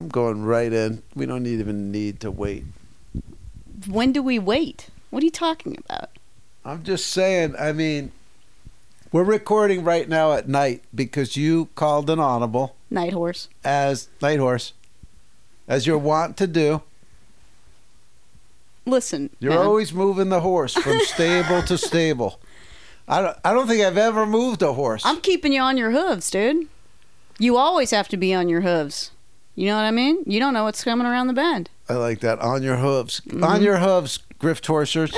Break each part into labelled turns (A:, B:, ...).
A: I'm going right in. We don't need, even need to wait.
B: When do we wait? What are you talking about?
A: I'm just saying, I mean, we're recording right now at night because you called an audible
B: Night horse.
A: as Night Horse, as you're wont to do.
B: Listen.
A: You're
B: man.
A: always moving the horse from stable to stable. I don't, I don't think I've ever moved a horse.
B: I'm keeping you on your hooves, dude. You always have to be on your hooves. You know what I mean? You don't know what's coming around the bend.
A: I like that. On your hooves.
B: Mm-hmm.
A: On your hooves, grift horsers.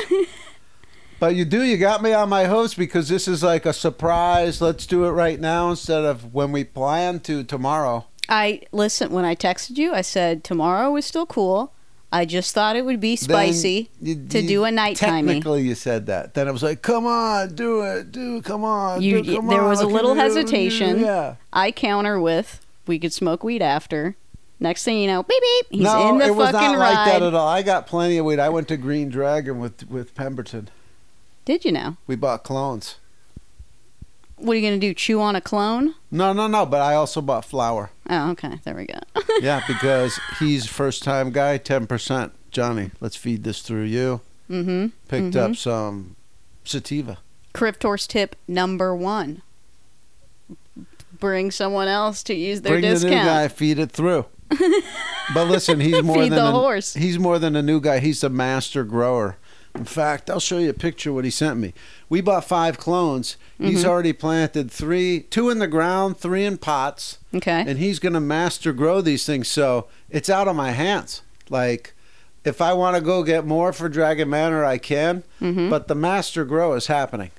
A: but you do. You got me on my hooves because this is like a surprise. Let's do it right now instead of when we plan to tomorrow.
B: I listen when I texted you. I said tomorrow is still cool. I just thought it would be spicy
A: Then you-
B: to
A: you-
B: do a nighttime.
A: Technically, you said that. Then I was like, "Come on, do it, do come on."
B: You-
A: do, come
B: there was
A: on,
B: a little
A: do, do,
B: hesitation.
A: Yeah.
B: I counter with we could smoke weed after. Next thing you know, beep beep, he's
A: no,
B: in the
A: it was
B: fucking
A: not
B: ride.
A: like that at all. I got plenty of weed. I went to Green Dragon with with Pemberton.
B: Did you know?
A: We bought clones.
B: What are you gonna do? Chew on a clone?
A: No, no, no. But I also bought flour.
B: Oh, okay. There we go.
A: yeah, because he's first time guy, ten percent. Johnny, let's feed this through you.
B: mm-hmm.
A: Picked
B: Mhm.
A: up some sativa.
B: Crypt horse tip number one. Bring someone else to use their
A: Bring the
B: discount.
A: new guy, feed it through. but listen, he's more
B: Feed
A: than
B: the
A: a,
B: horse.
A: He's more than a new guy. He's a master grower. In fact, I'll show you a picture of what he sent me. We bought five clones. He's
B: Mm-hmm.
A: already planted three, two in the ground, three in pots.
B: Okay.
A: and he's going to master grow these things. So it's out of my hands. Like, if I want to go get more for Dragon Manor, I can.
B: Mhm.
A: But the master grow is happening.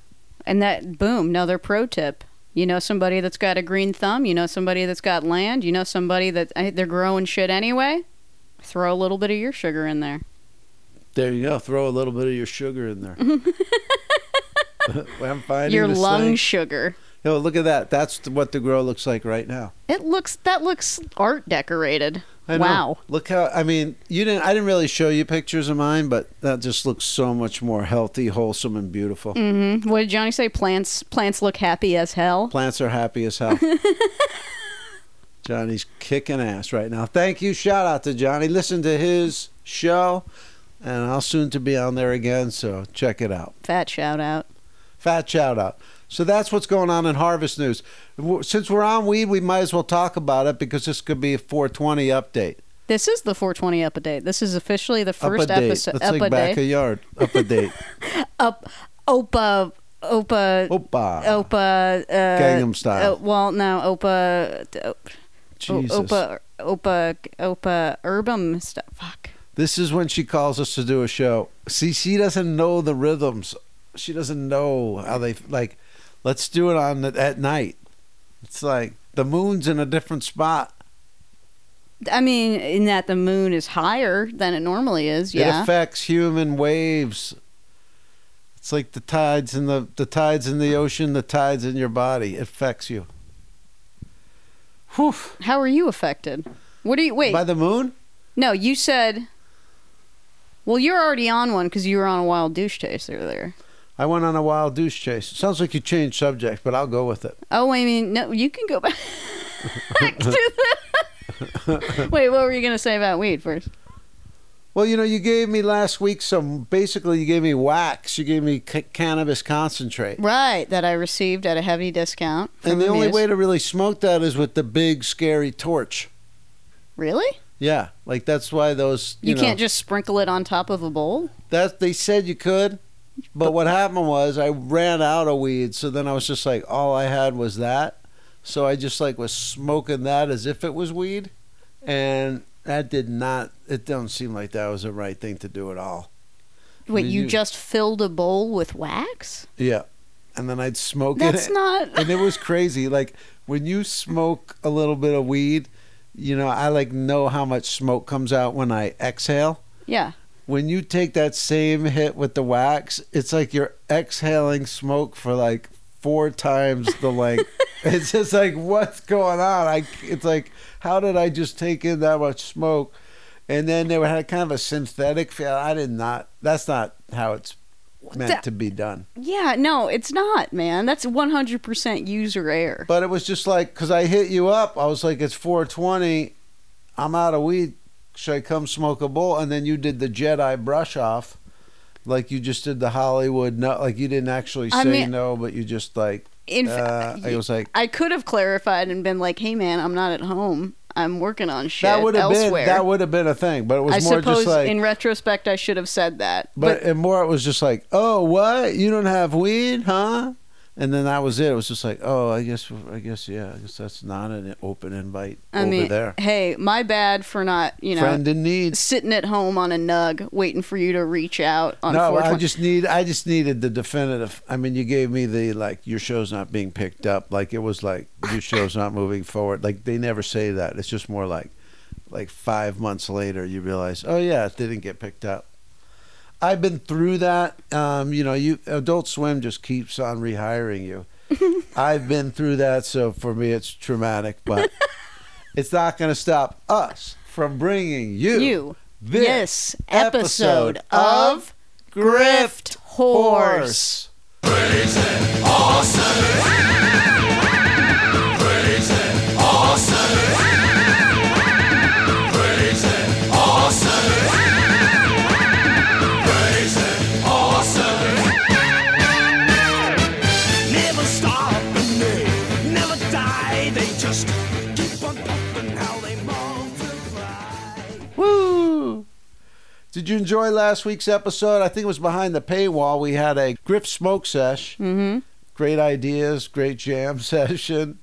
B: And that boom, another pro tip. You know somebody that's got a green thumb. You know somebody that's got land. You know somebody that eh, they're growing shit anyway. Throw a little bit of your sugar in there.
A: There you go. Throw a little bit of your sugar in there. I'm finding
B: your
A: this
B: lung
A: thing.
B: sugar.
A: Yo, look at that. That's th- what the grow looks like right now.
B: It looks that looks art decorated.
A: I know.
B: wow.
A: Look how I mean, you didn't. I didn't really show you pictures of mine, but that just looks so much more healthy, wholesome, and beautiful.
B: hmm What did Johnny say? Plants plants look happy as hell.
A: Plants are happy as hell. Johnny's kicking ass right now. Thank you. Shout out to Johnny. Listen to his show, and I'll soon to be on there again. So check it out.
B: Fat shout out.
A: Fat shout out. So that's what's going on in harvest news. W- Since we're on weed, we might as well talk about it because this could be a 420 update.
B: This is the 420 up a date. This is officially the first
A: up a date.
B: episode
A: That's
B: up
A: like
B: a
A: back
B: day.
A: a yard. Up a date.
B: Up Opa Opa
A: Opa.
B: Opa uh,
A: Gangnam Style.
B: uh, well, no, Opa uh,
A: Jesus.
B: Opa Opa Opa Urbum stuff. Fuck.
A: This is when she calls us to do a show. See, she doesn't know the rhythms. She doesn't know how they like. Let's do it on the, at night. It's like the moon's in a different spot.
B: I mean, in that the moon is higher than it normally is.
A: It
B: Yeah.
A: affects human waves. It's like the tides in the the tides in the ocean, the tides in your body. It affects you. Whew.
B: How are you affected? What do you wait?
A: By the moon?
B: No, you said. Well, you're already on one because you were on a wild douche taste earlier.
A: I went on a wild goose chase. Sounds like you changed subject, but I'll go with it.
B: Oh, I mean, no, you can go back to the. Wait, what were you gonna say about weed first?
A: Well, you know, you gave me last week some. Basically, you gave me wax. You gave me c- cannabis concentrate.
B: Right, that I received at a heavy discount. From
A: And the only
B: Muse.
A: way to really smoke that is with the big scary torch.
B: Really?
A: Yeah, like that's why those. You,
B: You,
A: know,
B: can't just sprinkle it on top of a bowl.
A: That they said you could, but what happened was I ran out of weed. So then I was just like, all I had was that. So I just like was smoking that as if it was weed, and that did not. It don't seem like that was the right thing to do at all.
B: Wait,
A: mean,
B: you,
A: you-
B: just filled a bowl with wax?
A: Yeah. And then I'd smoke
B: That's
A: it.
B: not-
A: and it was crazy. Like when you smoke a little bit of weed, you know, I like know how much smoke comes out when I exhale.
B: Yeah.
A: When you take that same hit with the wax, it's like you're exhaling smoke for like four times the length. it's just like what's going on? I it's like how did I just take in that much smoke? And then they had kind of a synthetic feel. I did not. That's not how it's meant
B: the-
A: to be done.
B: Yeah, no, it's not, man. That's 100% user error.
A: But it was just like because I hit you up, I was like, it's 420. I'm out of weed. Should I come smoke a bowl? And then you did the Jedi brush off, like you just did the Hollywood. No, like you didn't actually say
B: I mean-
A: no, but you just like.
B: In fa-
A: uh, I was like,
B: I could have clarified and been like, "Hey, man, I'm not at home. I'm working on shit
A: that would have been
B: elsewhere."
A: that would have been a thing, but it was
B: I
A: more
B: suppose
A: just like.
B: in retrospect, I should have said that.
A: but,
B: But,
A: and more, it was just like, oh, what? You don't have weed, huh? And then that was it. It was just like, oh, I guess, I guess, yeah, I guess that's not an open invite
B: I
A: over
B: mean,
A: there.
B: hey, my bad for not, you know,
A: Friend in need.
B: sitting at home on a nug waiting for you to reach out on
A: No, I
B: 420.
A: just need I just needed the definitive. I mean, you gave me the like your show's not being picked up. Like it was like your show's not moving forward. Like they never say that. It's just more like like 5 months later you realize, "Oh yeah, it didn't get picked up." I've been through that. Um, you know, you Adult Swim just keeps on rehiring you. I've been through that, so for me it's traumatic, but it's not going to stop us from bringing you
B: you
A: this
B: this episode
A: episode
B: of Grift Horse.
A: horse.
C: Never stop and they never die. They just keep on pumping how they multiply.
A: Woo! Did you enjoy last week's episode? I think it was behind the paywall. We had a Griff Smoke Sesh.
B: Mhm.
A: Great ideas, great jam session.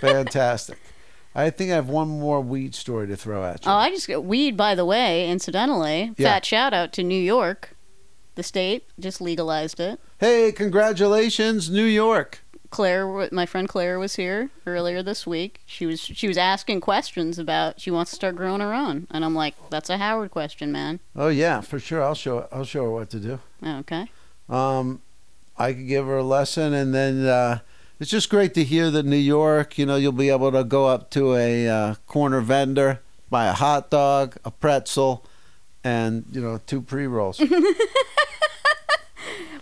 A: Fantastic. I think I have one more weed story to throw at you.
B: Oh, I just got weed, by the way, incidentally.
A: Yeah.
B: Fat shout out to New York. The state just legalized it.
A: hey, congratulations, New York.
B: Claire, w- my friend Claire was here earlier this week. She was she was asking questions about she wants to start growing her own, and I'm like, that's a Howard question, man.
A: Oh yeah, for sure. I'll show I'll show her what to do.
B: Okay.
A: um, I could give her a lesson, and then uh, it's just great to hear that New York. You know, you'll be able to go up to a uh, corner vendor, buy a hot dog, a pretzel, and you know, two pre rolls.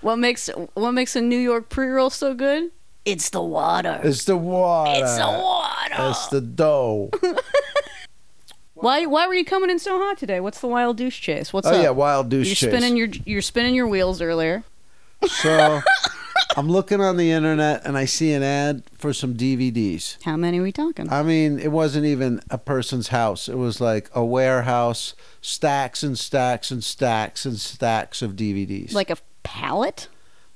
B: What makes what makes a New York pre roll so good? It's the water.
A: it's the water.
B: It's the water.
A: It's the dough.
B: Why why were you coming in so hot today? What's the wild goose chase? What's
A: oh
B: up?
A: yeah, wild
B: you're
A: douche chase.
B: spinning your you're spinning your wheels earlier.
A: so I'm looking on the internet, and I see an ad for some DVDs.
B: How many are we talking?
A: I mean, it wasn't even a person's house. It was like a warehouse, stacks and stacks and stacks and stacks of DVDs.
B: like a pallet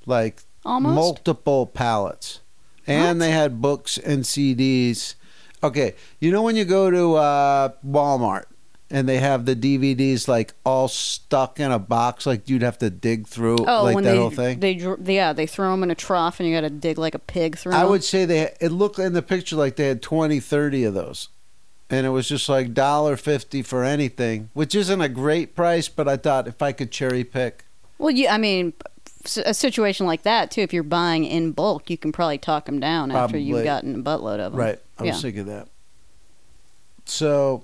A: like
B: almost?
A: multiple pallets. And
B: What?
A: they had books and CDs. Okay, you know when you go to uh, Walmart and they have the DVDs like all stuck in a box, like you'd have to dig through
B: oh,
A: like
B: when
A: that
B: they,
A: whole thing?
B: they dr- yeah, they throw them in a trough and you got to dig like a pig through.
A: I
B: 'em.
A: would say they it looked in the picture like they had 20, 30 of those. And it was just like dollar fifty for anything, which isn't a great price, but I thought if I could cherry pick.
B: Well, you I mean s- a situation like that too if you're buying in bulk, you can probably talk them down after you've
A: Probably.
B: gotten a buttload of them.
A: Right. I was
B: Uh-huh. Yeah.
A: sick of that. So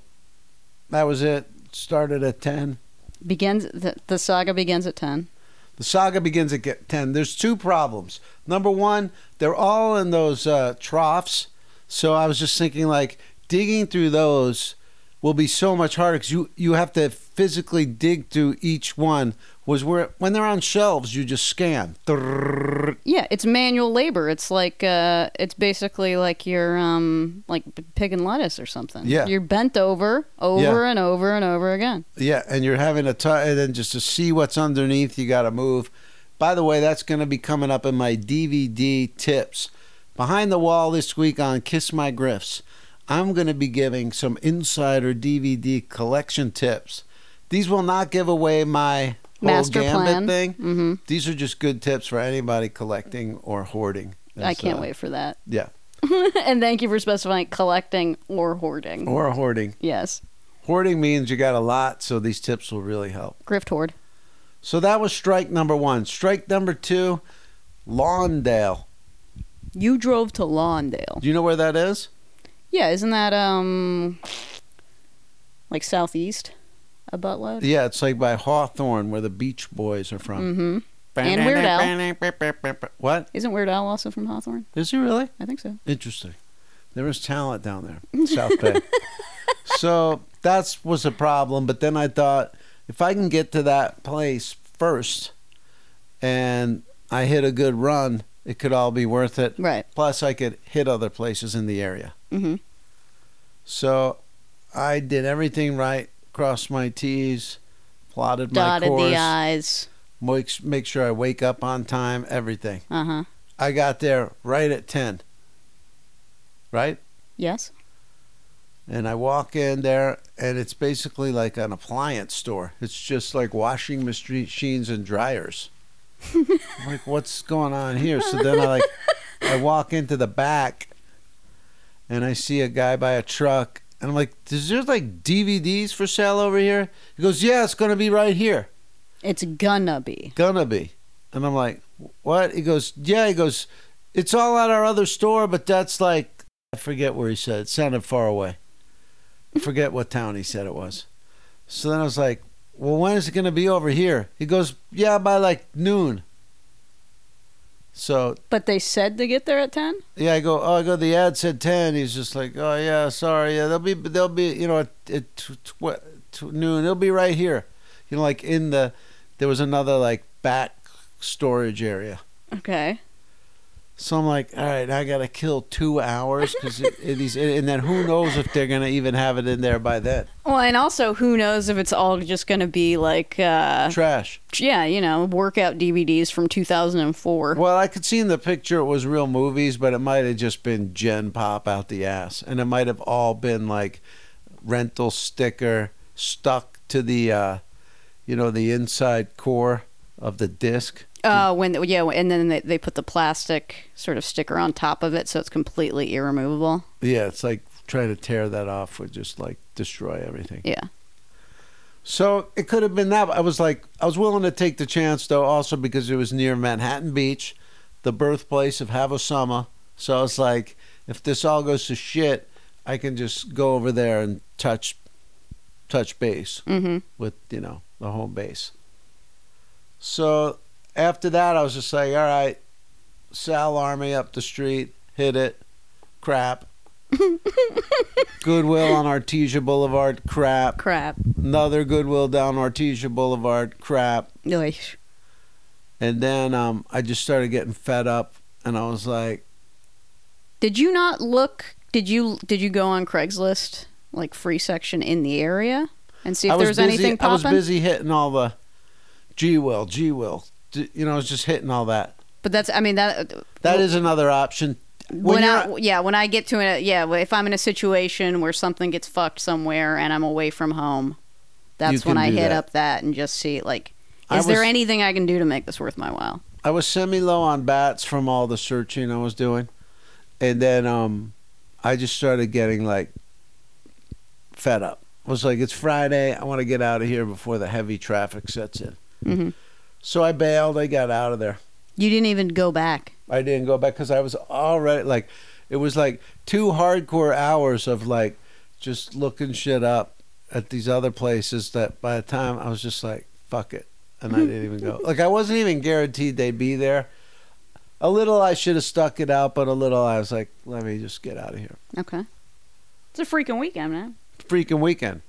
A: that was it. Started at ten.
B: Begins the, the saga begins at 10.
A: The saga begins at get- ten. There's two problems. Number one, they're all in those uh, troughs. So I was just thinking like digging through those will be so much harder because you you have to physically dig through each one. Was where when they're on shelves, you just scan. Thrrrrrrr.
B: Yeah, it's manual labor. It's like uh, it's basically like you're um like p- picking lettuce or something.
A: Yeah.
B: you're bent over, over
A: Yeah.
B: and over and over again.
A: Yeah, and you're having a time, and then just to see what's underneath, you got to move. By the way, that's going to be coming up in my DVD tips. Behind the wall this week on Kiss My Griffs, I'm going to be giving some insider DVD collection tips. These will not give away my whole
B: Master
A: gambit
B: plan.
A: thing.
B: Mm-hmm.
A: These are just good tips for anybody collecting or hoarding.
B: I
A: That's,
B: can't
A: uh,
B: wait for that.
A: Yeah,
B: and thank you for specifying collecting or hoarding.
A: or hoarding.
B: yes,
A: Hoarding means you got a lot, so these tips will really help.
B: grift hoard.
A: So that was strike number one. Strike number two, Lawndale.
B: You drove to Lawndale.
A: Do you know where that is?
B: Yeah, isn't that um like southeast a buttload?
A: Yeah, it's like by Hawthorne, where the Beach Boys are from.
B: Mm-hmm. And Weird Al.
A: What?
B: Isn't Weird Al also from Hawthorne?
A: Is he really?
B: I think so.
A: Interesting. There is talent down there, South Bay. so that's was a problem. But then I thought, if I can get to that place first, and I hit a good run, it could all be worth it.
B: Right.
A: Plus, I could hit other places in the area.
B: Mm-hmm.
A: So I did everything right, crossed my T's, plotted
B: Dotted
A: my
B: the uh,
A: course,
B: I's.
A: make, make sure I wake up on time, everything.
B: Uh huh.
A: I got there right at 10. Right?
B: Yes.
A: And I walk in there, and it's basically like an appliance store. It's just like washing machines and dryers. I'm like, what's going on here? So then I like, I walk into the back, and I see a guy by a truck, and I'm like, is there like DVDs for sale over here? He goes, yeah, it's gonna be right here,
B: It's gonna be.
A: gonna be. And I'm like, what? He goes, yeah. He goes, it's all at our other store, but that's like, I forget where he said. It sounded far away. I forget what town he said it was. So then I was like, well, when is it gonna be over here? He goes, yeah, by like noon. So
B: But they said to get there at 10?
A: yeah, I go. Oh, I go. The ad said ten. He's just like, oh yeah, sorry. Yeah, they'll be, they'll be, you know, at, at tw- tw- tw- noon. They'll be right here. You know, like in the, there was another like back storage area.
B: Okay.
A: So I'm like, all right, I gotta kill two hours because these, and then who knows if they're gonna even have it in there by then.
B: Well, and also, who knows if it's all just gonna be like, uh,
A: Trash.
B: yeah, you know, workout DVDs from 2004.
A: Well, I could see in the picture it was real movies, but it might have just been Gen Pop out the ass, and it might have all been like rental sticker stuck to the, uh, you know, the inside core of the disc.
B: Uh, when yeah, and then they, they put the plastic sort of sticker on top of it, so it's completely irremovable.
A: Yeah, it's like trying to tear that off would just like destroy everything.
B: Yeah.
A: So it could have been that. I was like, I was willing to take the chance though, also because it was near Manhattan Beach, the birthplace of Havasama. So I was like, if this all goes to shit, I can just go over there and touch, touch base
B: Mm-hmm.
A: with you know the home base. So after that, I was just like, all right, Sal Army up the street, hit it, crap. Goodwill on Artesia Boulevard, crap
B: Crap.
A: another Goodwill down Artesia Boulevard crap.
B: Oy.
A: And then um, I just started getting fed up, and I was like,
B: Did you not look? Did you did you go on Craigslist like free section in the area and see if
A: I
B: there
A: was
B: was
A: busy.
B: anything
A: I was
B: popping?
A: busy hitting all the G will, G will. D- You know, I was just hitting all that.
B: But that's I mean that
A: That is another option.
B: when,
A: When
B: I
A: you're-
B: yeah when I get to it yeah if I'm in a situation where something gets fucked somewhere and I'm away from home, that's when
A: can
B: I
A: do
B: hit
A: that.
B: up that and just see like
A: I
B: is there
A: was-
B: anything I can do to make this worth my while?
A: I was semi low on bats from all the searching I was doing, and then um, I just started getting like fed up. I was like, it's Friday. I want to get out of here before the heavy traffic sets in.
B: hmm
A: So I bailed. I got out of there.
B: You didn't even go back.
A: I didn't go back because I was already like, it was like two hardcore hours of like just looking shit up at these other places that by the time I was just like, fuck it. And I didn't even go. Like, I wasn't even guaranteed they'd be there. A little I should have stuck it out, but a little I was like, let me just get out of here.
B: Okay. It's a freaking weekend, man.
A: Freaking weekend.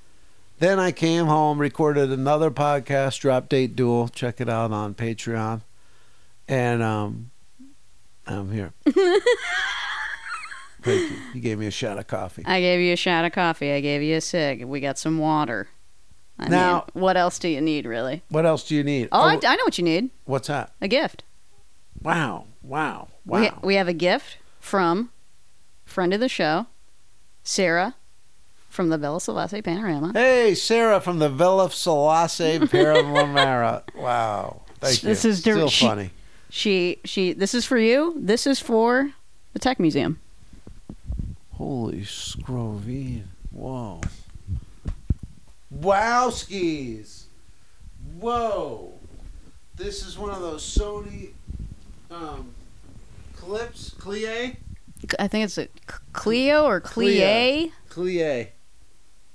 A: Then I came home, recorded another podcast, Drop Date Duel. Check it out on Patreon. And um, I'm here. Thank you. You gave me a shot of coffee.
B: I gave you a shot of coffee. I gave you a cig. We got some water. I
A: Now-
B: mean, what else do you need, really?
A: What else do you need?
B: Oh, I, I know what you need.
A: what's that?
B: A gift.
A: Wow. Wow. Wow.
B: We, we have a gift from friend of the show, Sarah, from the Bella Sylvester Panorama.
A: hey, Sarah from the Villa Selassie Paramara. wow. Thank you.
B: This is dir-
A: Still
B: she-
A: funny.
B: She she. This is for you. This is for the Tech Museum.
A: Holy scrovine. Whoa. Wowskis. Whoa. This is one of those Sony um, clips. Clie?
B: I think it's a C- Clio or Clie.
A: Clea. Clie.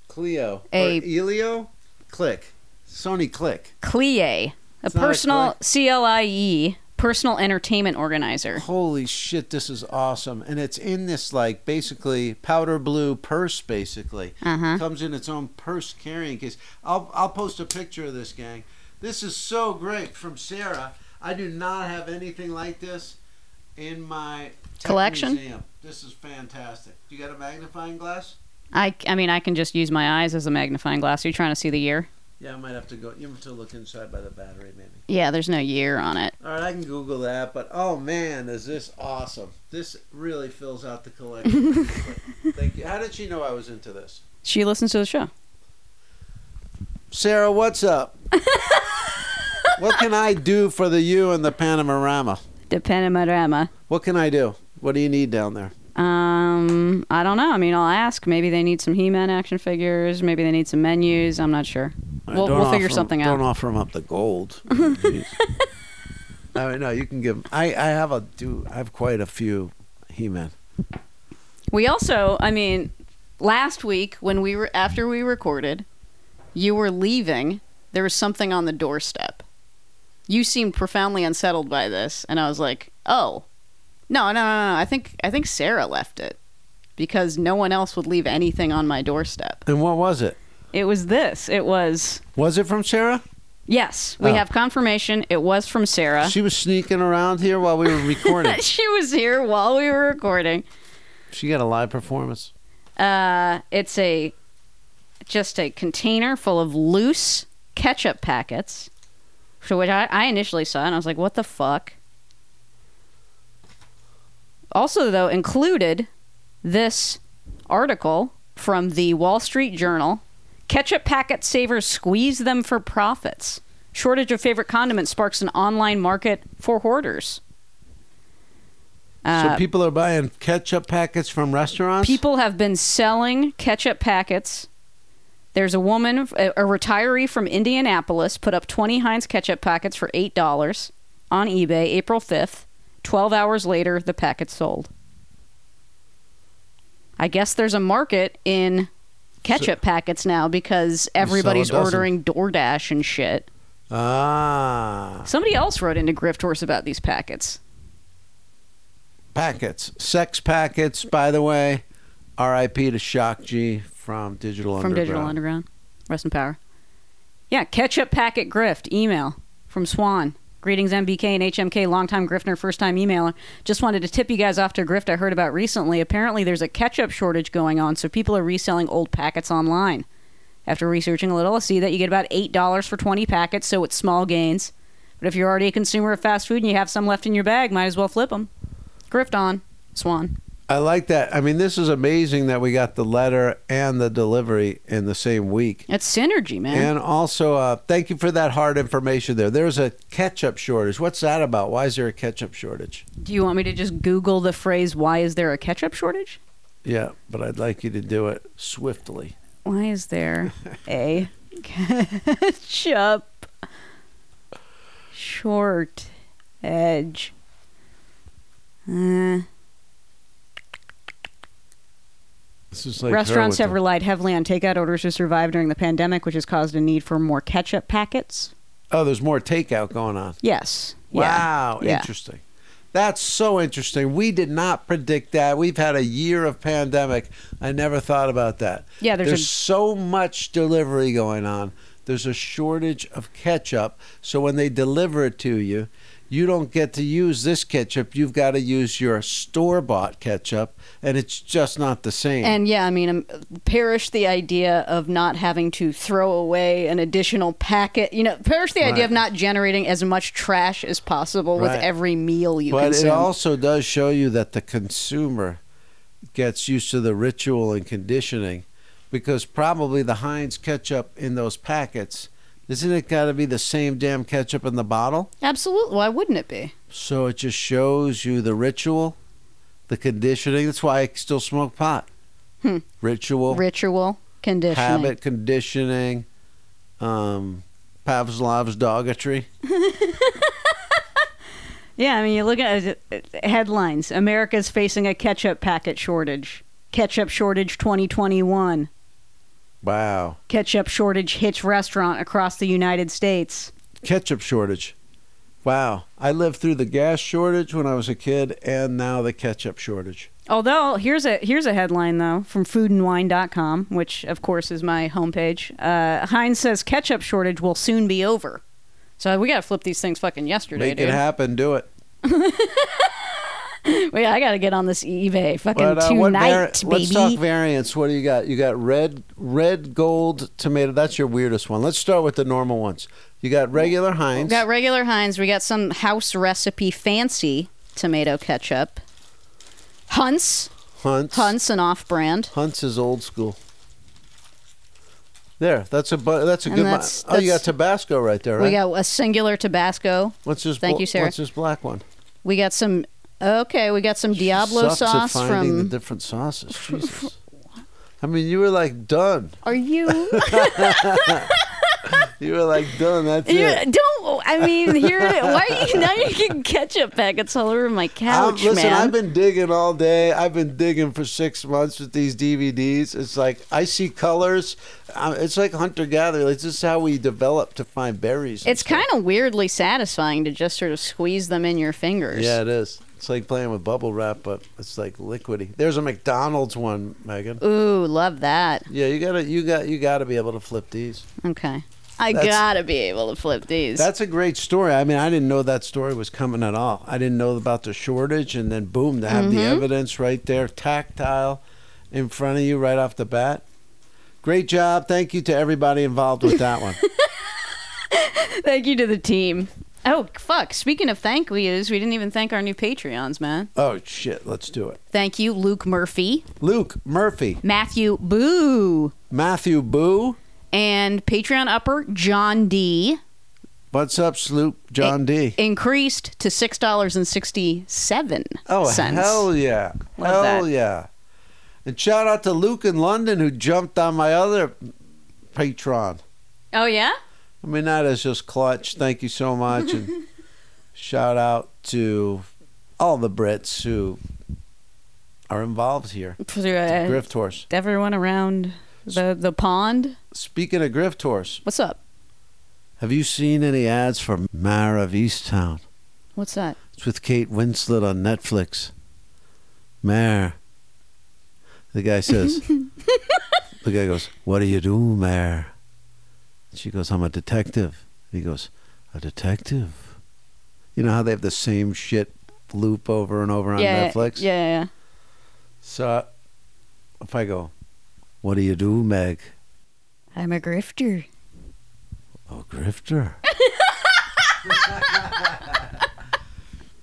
A: Clio.
B: A-
A: Or Elio? Click. Sony Click.
B: Clie. A
A: It's not a
B: personal
A: click.
B: C L I E personal entertainment organizer.
A: Holy shit, this is awesome. And it's in this like basically powder blue purse basically.
B: Uh-huh.
A: Comes in its own purse carrying case. I'll I'll post a picture of this gang. This is so great from Sarah. I do not have anything like this in my tech
B: Collection?
A: Museum. This is fantastic. You got a magnifying glass?
B: I, I mean, I can just use my eyes as a magnifying glass. Are you trying to see the year?
A: Yeah, I might have to go. You have to look inside by the battery, maybe.
B: Yeah, there's no year on it.
A: All right, I can Google that, but oh man, is this awesome! This really fills out the collection. Thank you. How did she know I was into this?
B: She listens to the show.
A: Sarah, what's up? what can I do for the you and the panorama?
B: The Panorama.
A: What can I do? What do you need down there?
B: Um, I don't know. I mean, I'll ask. Maybe they need some He-Man action figures. Maybe they need some menus. I'm not sure. We'll,
A: Don't
B: we'll figure
A: offer 'em-
B: something out.
A: Don't offer them up the gold. Jeez. I mean, no, you can give. 'em- I I have a do. I have quite a few He-Man.
B: We also, I mean, last week when we were after we recorded, you were leaving. There was something on the doorstep. You seemed profoundly unsettled by this, and I was like, "Oh, no, no, no, no! I think I think Sarah left it because no one else would leave anything on my doorstep."
A: And what was it?
B: It was this. It was
A: Was it from Sarah?
B: yes. We
A: Oh.
B: have confirmation. It was from Sarah.
A: She was sneaking around here while we were recording.
B: she was here while we were recording.
A: She got a live performance.
B: Uh, it's a just a container full of loose ketchup packets. So which I, I initially saw and I was like, what the fuck? Also though, included this article from the Wall Street Journal. Ketchup packet savers squeeze them for profits. Shortage of favorite condiment sparks an online market for hoarders.
A: so people are buying ketchup packets from restaurants.
B: Uh, People have been selling ketchup packets. There's a woman, a a retiree from Indianapolis, put up 20 Heinz ketchup packets for $8 on eBay April 5th. 12 hours later, the packet sold. I guess there's a market in ketchup packets now because everybody's
A: dozen.
B: ordering DoorDash and shit.
A: ah
B: Somebody else wrote into Grift Horse about these packets.
A: packets, sex packets. By the way, R.I.P. to Shock G from Digital
B: from
A: Underground.
B: Digital Underground. Rest in power. Yeah, ketchup packet grift email from Swan. Greetings, MBK and HMK, longtime grifter, first time emailer. Just wanted to tip you guys off to a grift I heard about recently. Apparently, there's a ketchup shortage going on, so people are reselling old packets online. After researching a little, I see that you get about $8 for 20 packets, so it's small gains. But if you're already a consumer of fast food and you have some left in your bag, might as well flip them. Grift on, Swan.
A: I like that. I mean, this is amazing that we got the letter and the delivery in the same week.
B: That's synergy, man.
A: And also, uh, thank you for that hard information there. There's a ketchup shortage. What's that about? Why is there a ketchup shortage?
B: Do you want me to just Google the phrase, why is there a ketchup shortage?
A: Yeah, but I'd like you to do it swiftly.
B: Why is there a ketchup short edge? Uh,
A: This is like
B: restaurants
A: her with
B: have
A: the-
B: relied heavily on takeout orders to survive during the pandemic, which has caused a need for more ketchup packets.
A: Oh, there's more takeout going on.
B: Yes. Yeah.
A: Wow,
B: Yeah.
A: interesting. That's so interesting. We did not predict that. We've had a year of pandemic. I never thought about that.
B: Yeah, there's a-
A: so much delivery going on. There's a shortage of ketchup. So when they deliver it to you, you don't get to use this ketchup. You've got to use your store bought ketchup, and it's just not the same.
B: And yeah, I mean, um, perish the idea of not having to throw away an additional packet. You know, perish the idea
A: Right.
B: of not generating as much trash as possible with
A: Right.
B: every meal you
A: but
B: consume.
A: it also does show you that the consumer gets used to the ritual and conditioning because probably the Heinz ketchup in those packets isn't it got to be the same damn ketchup in the bottle?
B: Absolutely. Why wouldn't it be?
A: So it just shows you the ritual, the conditioning. That's why I still smoke pot.
B: Hmm.
A: Ritual,
B: Ritual conditioning.
A: habit, conditioning, um, Pavlov's doggetry.
B: Yeah, I mean, you look at it, it- headlines. America's facing a ketchup packet shortage. Ketchup shortage 2021.
A: Wow,
B: Ketchup shortage hits restaurant across the United States.
A: ketchup shortage. Wow. I lived through the gas shortage when I was a kid and now the ketchup shortage.
B: Although here's a here's a headline though from foodandwine.com, which of course is my homepage. Uh, Heinz says ketchup shortage will soon be over. So we gotta flip these things fucking yesterday,
A: Make
B: dude.
A: it happen. Do it.
B: Wait, I gotta get on this eBay fucking
A: But, uh, what vari-
B: tonight,
A: let's talk
B: baby.
A: variants. What do you got? You got red, red, gold tomato. That's your weirdest one. Let's start with the normal ones. You got regular
B: We
A: Heinz.
B: got regular Heinz. We got some house recipe fancy tomato ketchup. Hunts,
A: Hunts.
B: Hunts, an off-brand.
A: Hunts is old school. There, that's a bu- that's a
B: And
A: good. one.
B: that's-
A: oh, you got
B: that's-
A: Tabasco right there, right?
B: We got a singular Tabasco.
A: what's this?
B: Thank
A: bl-
B: you, Sarah.
A: What's this black one?
B: We got some. Okay, we got some Diablo
A: Sucks at
B: sauce
A: finding
B: from.
A: the different sauces. Jesus. I mean, you were like done.
B: Are you?
A: You were like done. That's
B: Yeah,
A: it.
B: don't. I mean, here. it- Why are you now? You can ketchup packets all over my
A: I'm-
B: couch,
A: listen,
B: man.
A: I've been digging all day. I've been digging for six months with these DVDs. It's like I see colors. Um, it's like hunter gatherer. It's just how we develop to find berries. and
B: it's
A: stuff.
B: kind of weirdly satisfying to just sort of squeeze them in your fingers.
A: Yeah, it is. It's like playing with bubble wrap, but it's like liquidy. There's a McDonald's one, Megan.
B: Ooh, love that.
A: Yeah, you gotta, you got, you gotta be able to flip these.
B: Okay. I
A: That's-
B: gotta be able to flip these.
A: That's a great story. I mean, I didn't know that story was coming at all. I didn't know about the shortage, and then boom, to have the
B: Mm-hmm.
A: evidence right there, tactile, in front of you right off the bat. Great job. Thank you to everybody involved with that one.
B: Thank you to the team. Oh fuck! Speaking of thank yous, we didn't even thank our new Patreons, man.
A: oh shit, let's do it.
B: Thank you, Luke Murphy,
A: Luke Murphy,
B: Matthew Boo,
A: Matthew Boo.
B: and Patreon upper John D.
A: What's up, Sloop John D?
B: increased to six dollars and sixty-seven
A: Oh
B: cents.
A: hell yeah,
B: Love
A: hell
B: that.
A: yeah! And shout out to Luke in London who jumped on my other patron.
B: Oh yeah.
A: I mean that is just clutch. Thank you so much, and shout out to all the Brits who are involved here.
B: Eh.
A: Grift Horse.
B: uh, everyone around the the pond.
A: Speaking of Grift Horse,
B: What's up?
A: have you seen any ads for Mare of Easttown?
B: What's that?
A: It's with Kate Winslet on Netflix. Mare. The guy says, the guy goes, What do you do, Mare? She goes, I'm a detective. He goes, A detective? You know how they have the same shit loop over and over on
B: yeah,
A: Netflix?
B: Yeah, yeah, yeah.
A: So if I go, What do you do, Meg?
B: I'm a grifter.
A: Oh, grifter.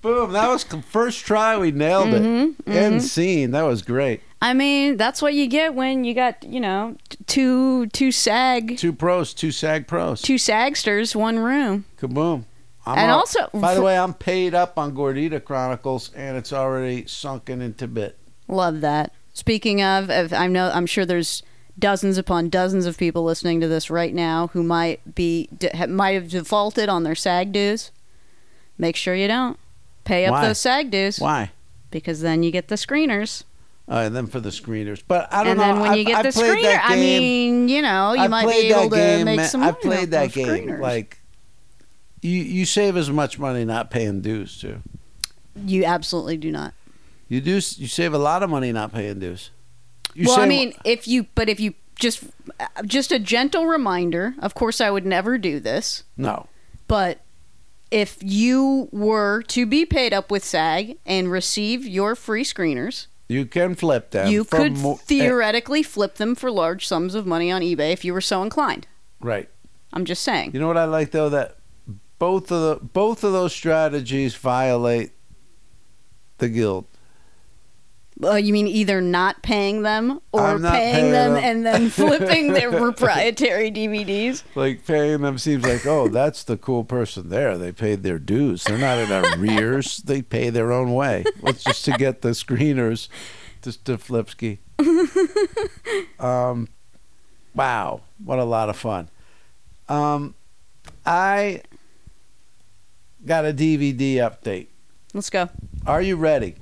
A: Boom. That was first try. We nailed it.
B: Mm-hmm,
A: End scene. That was great.
B: I mean, that's what you get when you got you know t- two two sag
A: Two pros, two SAG pros.
B: two sagsters one room.
A: Kaboom. I'm
B: And
A: all-
B: also-
A: by the way, I'm paid up on Gordita Chronicles, and it's already sunken into bit.
B: Love that. Speaking of, of I know I'm sure there's dozens upon dozens of people listening to this right now who might be d- ha- might have defaulted on their SAG dues. Make sure you don't pay up
A: Why?
B: those SAG dues
A: Why?
B: because then you get the screeners.
A: Uh, and then for the screeners, but I don't
B: and
A: know.
B: then when
A: I've-
B: you
A: I've
B: get the
A: played
B: screener,
A: that
B: I
A: game.
B: mean, you know, you
A: I
B: might
A: played
B: be able
A: that
B: to
A: game,
B: make
A: man.
B: some
A: I
B: money. off
A: played that
B: those
A: game.
B: Screeners.
A: Like you, you save as much money not paying dues too.
B: you absolutely do not.
A: You do. You save a lot of money not paying dues. You
B: well, I
A: save-
B: mean, if you, but if you just, uh, just a gentle reminder. Of course, I would never do this,
A: no.
B: but if you were to be paid up with SAG and receive your free screeners,
A: You can flip them.
B: you
A: for
B: could
A: mo- eh,
B: theoretically flip them for large sums of money on eBay if you were so inclined.
A: eh, right.
B: I'm just saying.
A: You know what I like though that both of the both of those strategies violate the guild.
B: Uh, you mean either not paying them or
A: I'm not
B: paying,
A: paying
B: them,
A: them.
B: and then flipping their proprietary DVDs?
A: Like paying them seems like oh that's the cool person there. They paid their dues. They're not in arrears. they pay their own way. It's just to get the screeners to, to Flipsky. um, wow, what a lot of fun. Um, I got a DVD update.
B: Let's go.
A: Are you ready?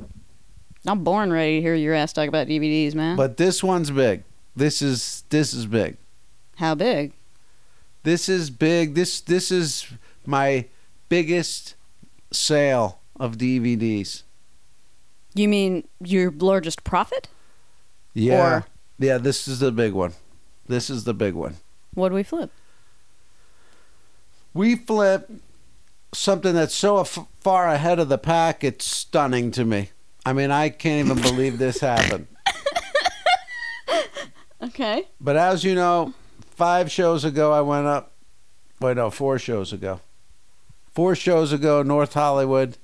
B: I'm born ready to hear your ass talk about DVDs, man.
A: But this one's big. This is this is big.
B: How big?
A: This is big. This this is my biggest sale of DVDs.
B: You mean your largest profit?
A: Yeah.
B: Or-
A: yeah, this is the big one. This is the big one.
B: What do we flip?
A: We flip something that's so af- far ahead of the pack, it's stunning to me. I mean, I can't even believe this happened.
B: Okay.
A: But as you know, five shows ago, I went up. Wait, no, four shows ago. Four shows ago, North Hollywood,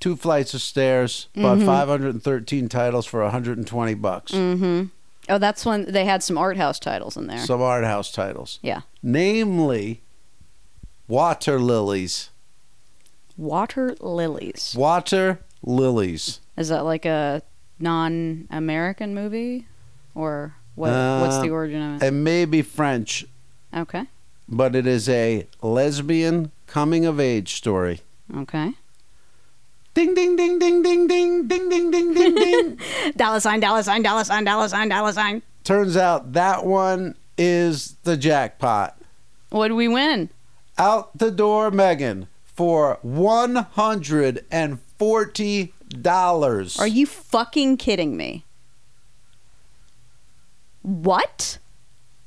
A: two flights of stairs, bought 513 titles for 120 bucks.
B: Mm-hmm. Oh, that's when they had some art house titles in there.
A: Some art house titles.
B: Yeah.
A: Namely, Water Lilies.
B: Water lilies.
A: Water Lilies.
B: Is that like a non-American movie, or what? what's
A: Uh,
B: the origin of it?
A: It may be French,
B: Okay.
A: but it is a lesbian coming of age story.
B: Okay.
A: Ding, ding, ding, ding, ding, ding, ding, ding, ding, ding, ding.
B: Dollar sign. Dollar sign. Dollar sign. Dollar sign. Dollar sign.
A: Turns out that one is the jackpot.
B: What did we win?
A: Out the door, Megan, for one hundred and forty dollars.
B: Are you fucking kidding me? What?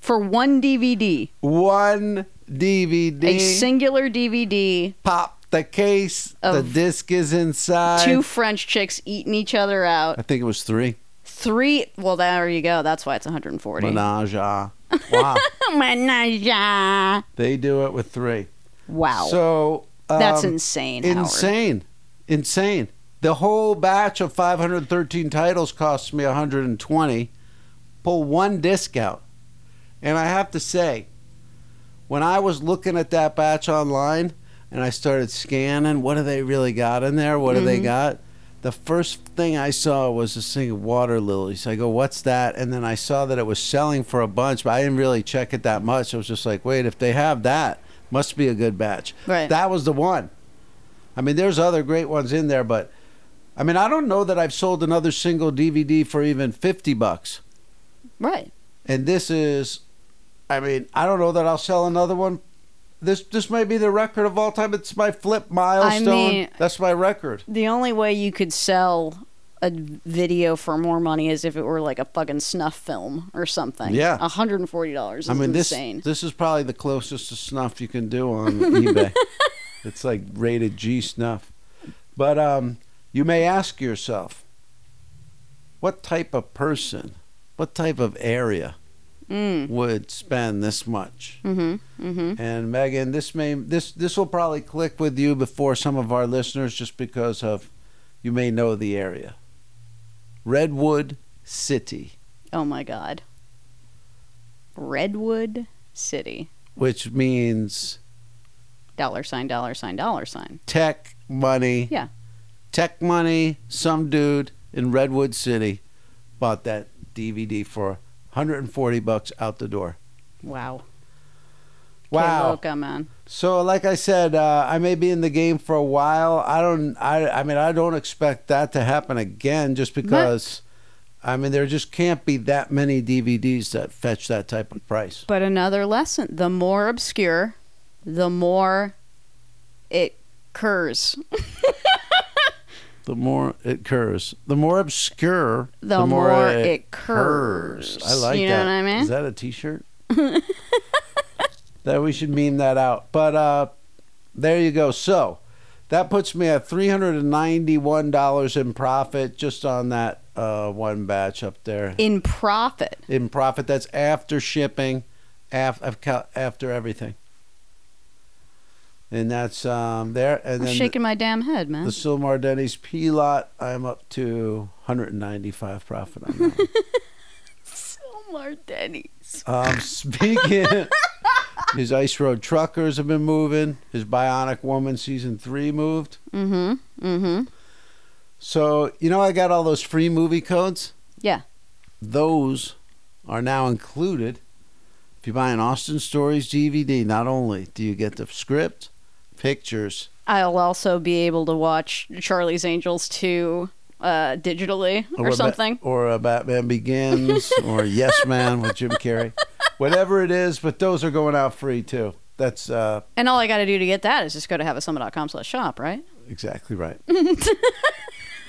B: For one DVD,
A: one DVD?
B: a singular DVD,
A: Pop the case. The
B: Of
A: disc is inside.
B: two French chicks eating each other out,
A: I think it was three.
B: three. Well, there you go. That's why it's 140.
A: Menage. a. Wow,
B: Menage a-
A: they do it with three.
B: Wow,
A: So um,
B: that's insane. Howard.
A: Insane, insane. The whole batch of 513 titles cost me 120. Pull one disc out, and I have to say, when I was looking at that batch online and I started scanning, what do they really got in there? What do they got? The first thing I saw was this thing of water lilies. I go, what's that? And then I saw that it was selling for a bunch, but I didn't really check it that much. I was just like, wait, if they have that, must be a good batch.
B: Right.
A: That was the one. I mean, there's other great ones in there, but I mean, I don't know that I've sold another single DVD for even 50 bucks.
B: Right.
A: And this is, I mean, I don't know that I'll sell another one. This this may be the record of all time. It's my flip milestone.
B: mean-
A: That's my record.
B: The only way you could sell a video for more money is if it were like a fucking snuff film or something.
A: Yeah.
B: $140 is
A: I mean, this
B: insane.
A: this is probably the closest to snuff you can do on eBay. It's like rated G snuff. But um, you may ask yourself, what type of person, what type of area
B: Mm.
A: would spend this much?
B: Mm-hmm. Mm-hmm.
A: And Megan, this may this this will probably click with you before some of our listeners, just because of you may know the area. Redwood City,
B: Oh my God. Redwood City.
A: which means
B: Dollar sign, dollar sign, dollar sign.
A: tech money.
B: Yeah.
A: Tech money. Some dude in Redwood City bought that DVD for 140 bucks out the door.
B: Wow.
A: Wow.
B: Que loca, man.
A: So, like I said, uh, I may be in the game for a while. I don't. I. I mean, I don't expect that to happen again, just because. I mean, there just can't be that many DVDs that fetch that type of price.
B: But another lesson the more obscure, the more it curs.
A: The more it occurs, the more obscure,
B: The, more, it,
A: occurs.
B: curs.
A: I like
B: You know
A: that.
B: what I mean?
A: Is that a T-shirt? that we should meme that out. But uh, there you go. So that puts me at three hundred and ninety-one dollars in profit just on that uh, one batch up there
B: in profit.
A: in profit. That's after shipping, af- af- ca- after everything. And that's um, there. And
B: I'm
A: then
B: shaking my damn head, man.
A: the Silmar Denny's P lot, I'm up to 195 profit on that.
B: Silmar Denny's.
A: Um, speaking, his Ice Road Truckers have been moving. His Bionic Woman season three moved.
B: Mm-hmm. Mm-hmm.
A: So you know, I got all those free movie codes.
B: Yeah.
A: Those are now included. If you buy an Austin Stories DVD, not only do you get the script, pictures,
B: I'll also be able to watch Charlie's Angels 2 uh, digitally or,
A: a Ba-
B: something.
A: or a Batman Begins, or Yes Man with Jim Carrey, whatever it is. But those are going out free too. That's uh,
B: and all I got to do to get that is just go to havasummit.com slash shop, right?
A: exactly right.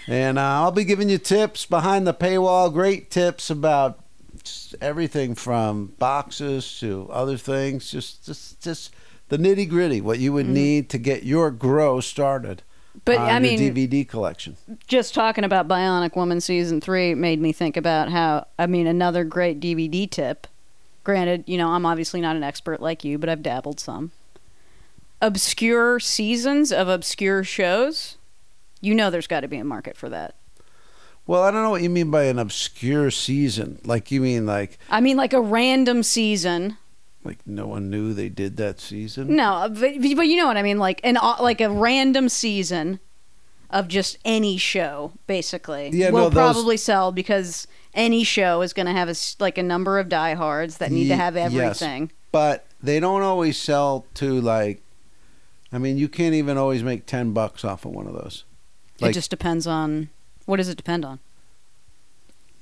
A: and uh, I'll be giving you tips behind the paywall, great tips about just everything from boxes to other things, just just just the nitty gritty, what you would need to get your grow started.
B: Mm. But,
A: on
B: I
A: Uh, your
B: mean-
A: DVD collection.
B: Just talking about Bionic Woman season three made me think about how, I mean, another great DVD tip. Granted, you know, I'm obviously not an expert like you, but I've dabbled some. Obscure seasons of obscure shows. You know, there's got to be a market for that.
A: Well, I don't know what you mean by an obscure season. Like you mean like
B: I mean, like a random season.
A: like no one knew they did that season.
B: No, but, but you know what I mean. Like an au- like a random season of just any show, basically.
A: Yeah,
B: will
A: no, those-
B: probably sell because any show is going to have a s like a number of diehards that need to
A: Ye-
B: have
A: yes.
B: everything.
A: But they don't always sell to like. I mean, you can't even always make ten bucks off of one of those.
B: it
A: Like-
B: just depends on what does it depend on.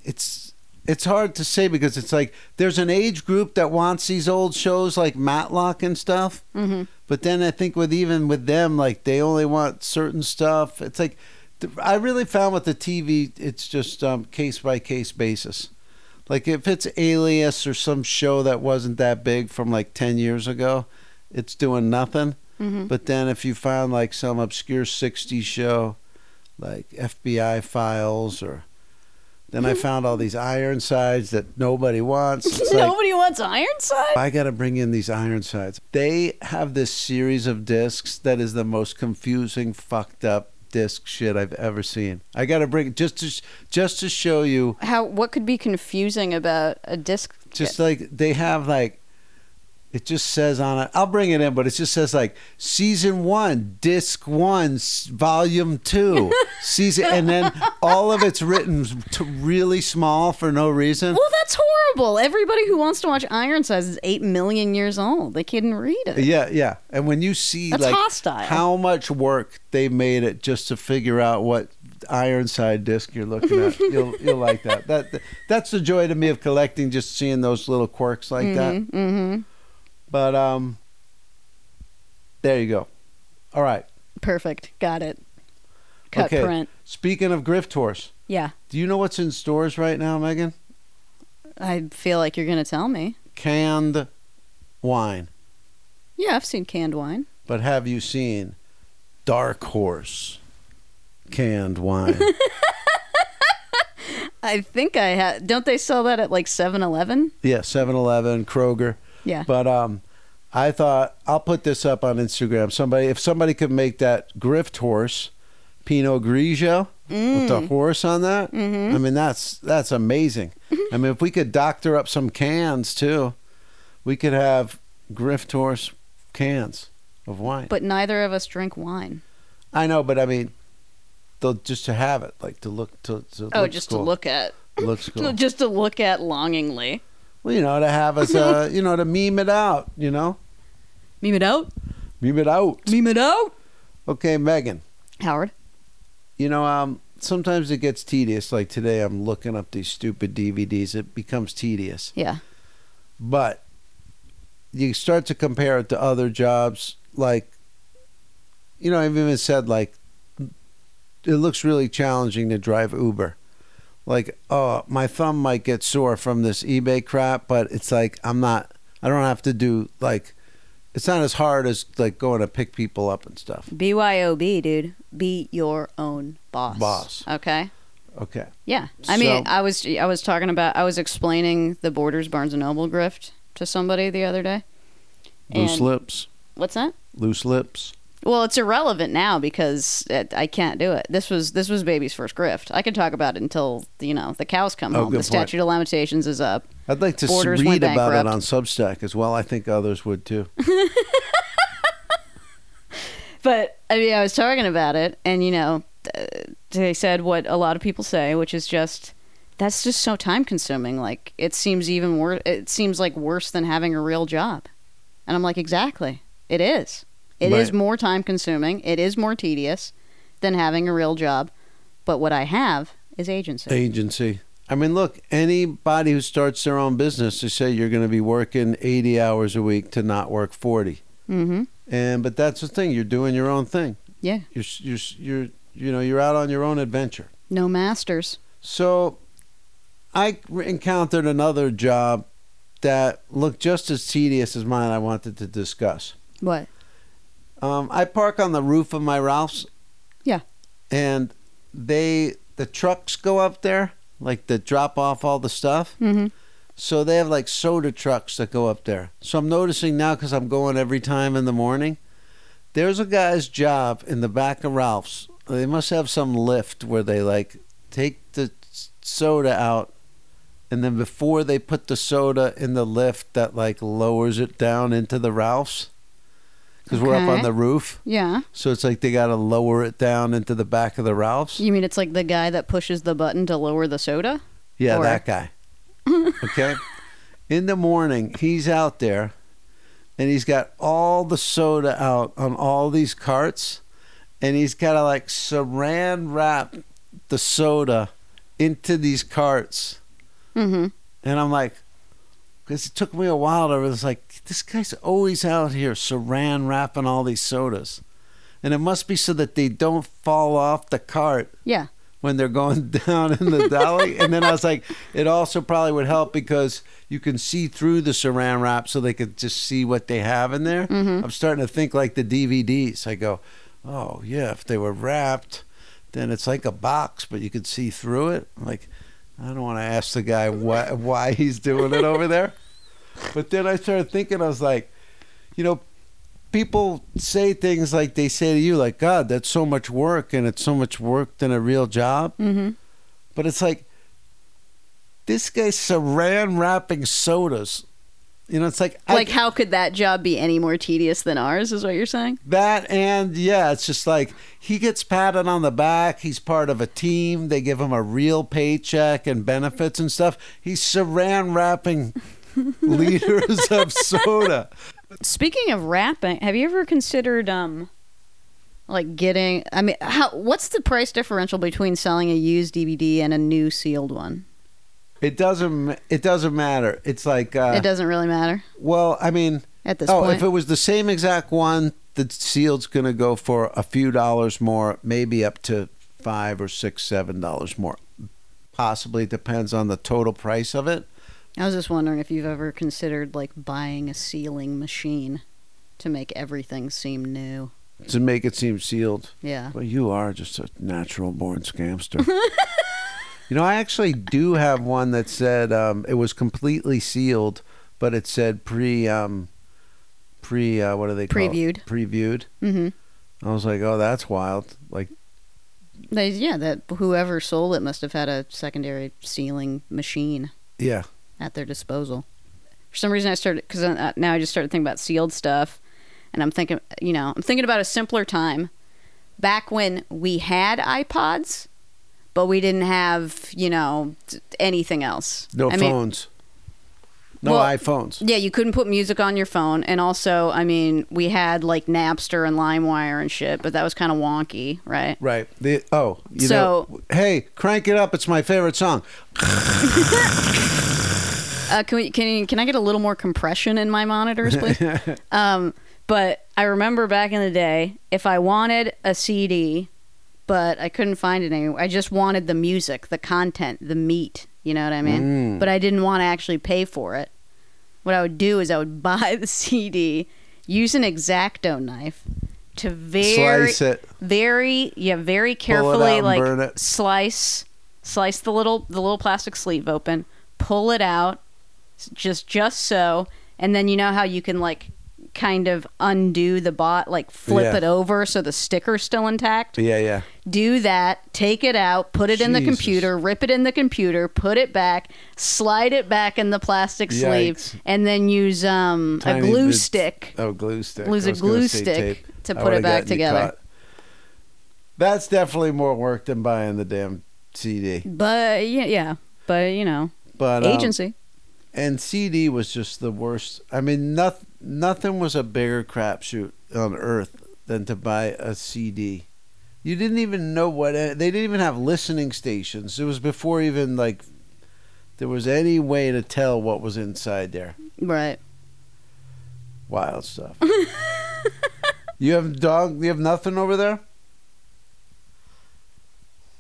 A: It's it's hard to say because it's like there's an age group that wants these old shows like Matlock and stuff.
B: Mm-hmm.
A: But then I think with even with them, like they only want certain stuff. It's like th- I really found with the TV, it's just um, case by case basis. Like if it's Alias or some show that wasn't that big from like ten years ago, it's doing nothing.
B: Mhm.
A: But then if you found like some obscure '60s show, like FBI Files, or then I found all these Ironsides that nobody wants. It's like,
B: Nobody wants Ironside.
A: I got to bring in these Ironsides. They have this series of discs that is the most confusing, fucked up disc shit I've ever seen. I got to bring just to sh- just to show you.
B: How what could be confusing about a disc?
A: Just like they have like it just says on it. I'll bring it in, but it just says like season one, disc one, s- volume two, season, and then all of it's written to really small for no reason.
B: well, that's horrible. Everybody who wants to watch Ironsides is eight million years old. They couldn't read it.
A: Yeah, yeah. And when you see
B: That's
A: like
B: hostile.
A: how much work they made it just to figure out what ironside disc you're looking at, you'll you'll like that. That that's the joy to me of collecting, just seeing those little quirks like that.
B: Mm-hmm.
A: But um, there you go. All right.
B: Perfect. Got it. Cut
A: okay.
B: print.
A: Speaking of grift horse,
B: Yeah.
A: do you know what's in stores right now, Megan?
B: I feel like you're going to tell me.
A: Canned wine.
B: Yeah, I've seen canned wine.
A: But have you seen Dark Horse canned wine?
B: I think I had. Don't they sell that at like 7 Eleven?
A: Yeah, 7-Eleven, Kroger.
B: Yeah.
A: But um, I thought I'll put this up on Instagram. Somebody, if somebody could make that grift horse, Pinot Grigio with
B: Mm.
A: the horse on that,
B: Mm-hmm.
A: I mean that's that's amazing. I mean, if we could doctor up some cans too, we could have grift horse cans of wine.
B: But neither of us drink wine.
A: I know, but I mean, they'll just to have it, like to look to, to
B: oh,
A: looks
B: just
A: cool.
B: to look at.
A: looks cool.
B: Just to look at longingly.
A: well, you know, to have us, uh, you know, to meme it out, you know,
B: Meme it out.
A: meme it out.
B: Meme it out.
A: Okay, Megan.
B: Howard.
A: You know, um, sometimes it gets tedious. Like today, I'm looking up these stupid DVDs. It becomes tedious,
B: Yeah.
A: but you start to compare it to other jobs. Like, you know, I've even said like, it looks really challenging to drive Uber. Like, oh, my thumb might get sore from this eBay crap, but it's like I'm not. I don't have to do like. It's not as hard as like going to pick people up and stuff.
B: BYOB, dude. Be your own boss.
A: Boss.
B: Okay.
A: Okay.
B: Yeah, I mean,
A: So-
B: I was I was talking about I was explaining the Borders Barnes and Noble grift to somebody the other day.
A: Loose
B: And-
A: lips.
B: What's that?
A: Loose lips.
B: Well, it's irrelevant now because it, I can't do it. This was this was baby's first grift. I could talk about it until you know the cows come
A: Oh,
B: home.
A: good
B: The statute of limitations is up.
A: I'd like to s-
B: Borders
A: read
B: went
A: about it
B: bankrupt.
A: on Substack as well. I think others would too.
B: But I mean, I was talking about it, and you know, uh, they said what a lot of people say, which is just that's just so time consuming. Like it seems even worse. It seems like worse than having a real job. And I'm like, exactly, it is. It is
A: Right.
B: more time consuming. It is more tedious than having a real job. But what I have is agency.
A: Agency. I mean, look, anybody who starts their own business, they say you're going to be working 80 hours a week to not work 40.
B: mm-hmm.
A: And but that's the thing, you're doing your own thing.
B: Yeah.
A: You're s- you're s- you're you know you're out on your own adventure.
B: No masters.
A: So I encountered another job that looked just as tedious as mine. I wanted to discuss.
B: What?
A: Um, I park on the roof of my Ralph's.
B: Yeah.
A: And they the trucks go up there, like to drop off all the stuff.
B: Mm-hmm.
A: So they have like soda trucks that go up there. So I'm noticing now because I'm going every time in the morning. There's a guy's job in the back of Ralph's. They must have some lift where they like take the s- soda out, and then before they put the soda in the lift, that like lowers it down into the Ralph's. Because we're up
B: Okay.
A: on the roof,
B: Yeah.
A: so it's like they got to lower it down into the back of the Ralph's.
B: You mean it's like the guy that pushes the button to lower the soda?
A: Yeah,
B: Or-
A: that guy. Okay. In the morning, he's out there and he's got all the soda out on all these carts and he's got to like saran wrap the soda into these carts.
B: Mm-hmm.
A: And I'm like, because it took me a while to realize, like, this guy's always out here saran wrapping all these sodas. And it must be so that they don't fall off the cart
B: Yeah.
A: when they're going down in the dolly. and then I was like, it also probably would help because you can see through the saran wrap so they could just see what they have in there. I'm starting to think like the DVDs. I go, oh, yeah, if they were wrapped, then it's like a box, but you could see through it. I'm like, I don't want to ask the guy why, why he's doing it over there. But then I started thinking, I was like, you know, people say things like they say to you, like, God, that's so much work and it's so much work than a real job.
B: Mm-hmm.
A: But it's like, this guy's saran wrapping sodas. You know, it's like,
B: Like,
A: I,
B: how could that job be any more tedious than ours? Is what you're saying?
A: that and yeah, it's just like he gets patted on the back. He's part of a team. They give him a real paycheck and benefits and stuff. He's saran wrapping liters of soda.
B: Speaking of wrapping, have you ever considered um, like getting? I mean, how? What's the price differential between selling a used DVD and a new sealed one?
A: It doesn't. It doesn't matter. It's like, uh,
B: it doesn't really matter
A: well, I mean,
B: at this
A: oh,
B: point.
A: if it was the same exact one, the sealed's going to go for a few dollars more, maybe up to five or six, seven dollars more. Possibly depends on the total price of it.
B: I was just wondering if you've ever considered like buying a sealing machine to make everything seem new.
A: to make it seem sealed.
B: Yeah.
A: But you are just a natural born scamster. you know, I actually do have one that said um, it was completely sealed, but it said pre um, pre uh, what do they call
B: Previewed.
A: it? previewed.
B: Mm-hmm.
A: I was like, oh, that's wild. Like,
B: They, yeah, that whoever sold it must have had a secondary sealing machine
A: yeah,
B: at their disposal. For some reason, I started because now I just started thinking about sealed stuff, and I'm thinking, you know, I'm thinking about a simpler time back when we had iPods, but we didn't have, you know, t- anything else.
A: no
B: I mean,
A: phones, no
B: Well-
A: iPhones.
B: yeah, you couldn't put music on your phone, and also, I mean, we had like Napster and LimeWire and shit, but that was kind of wonky, right?
A: Right. The oh, you
B: So-
A: know, hey, crank it up. It's my favorite song.
B: Uh, can we can you- can I get a little more compression in my monitors, please? um, but I remember back in the day, if I wanted a CD, but I couldn't find it anywhere, I just wanted the music, the content, the meat. You know what I mean?
A: Mm.
B: But I didn't want to actually pay for it. What I would do is I would buy the CD, use an exacto knife to very
A: Slice it.
B: very yeah very
A: out
B: carefully
A: and
B: like
A: burn it.
B: slice slice the little the little plastic sleeve open pull it out s- just just so and then you know how you can like kind of undo the bot like flip
A: Yeah.
B: it over so the sticker's still intact
A: Yeah, yeah.
B: do that take it out put it in the
A: Jesus.
B: computer rip it in the computer put it back slide it back in the plastic
A: Yikes.
B: sleeve and then use um
A: Tiny
B: a glue
A: bits.
B: stick
A: Oh, glue stick.
B: Lose
A: I
B: a
A: was gonna
B: glue
A: say
B: stick
A: tape.
B: to
A: I
B: put
A: would've
B: it back
A: gotten you
B: together.
A: caught. That's definitely more work than buying the damn CD.
B: but yeah yeah but you know
A: But um,
B: agency
A: and CD was just the worst. I mean, nothing nothing was a bigger crapshoot on earth than to buy a CD. You didn't even know what they didn't even have listening stations. It was before even like there was any way to tell what was inside there.
B: Right.
A: Wild stuff. you have dog. You have nothing over there.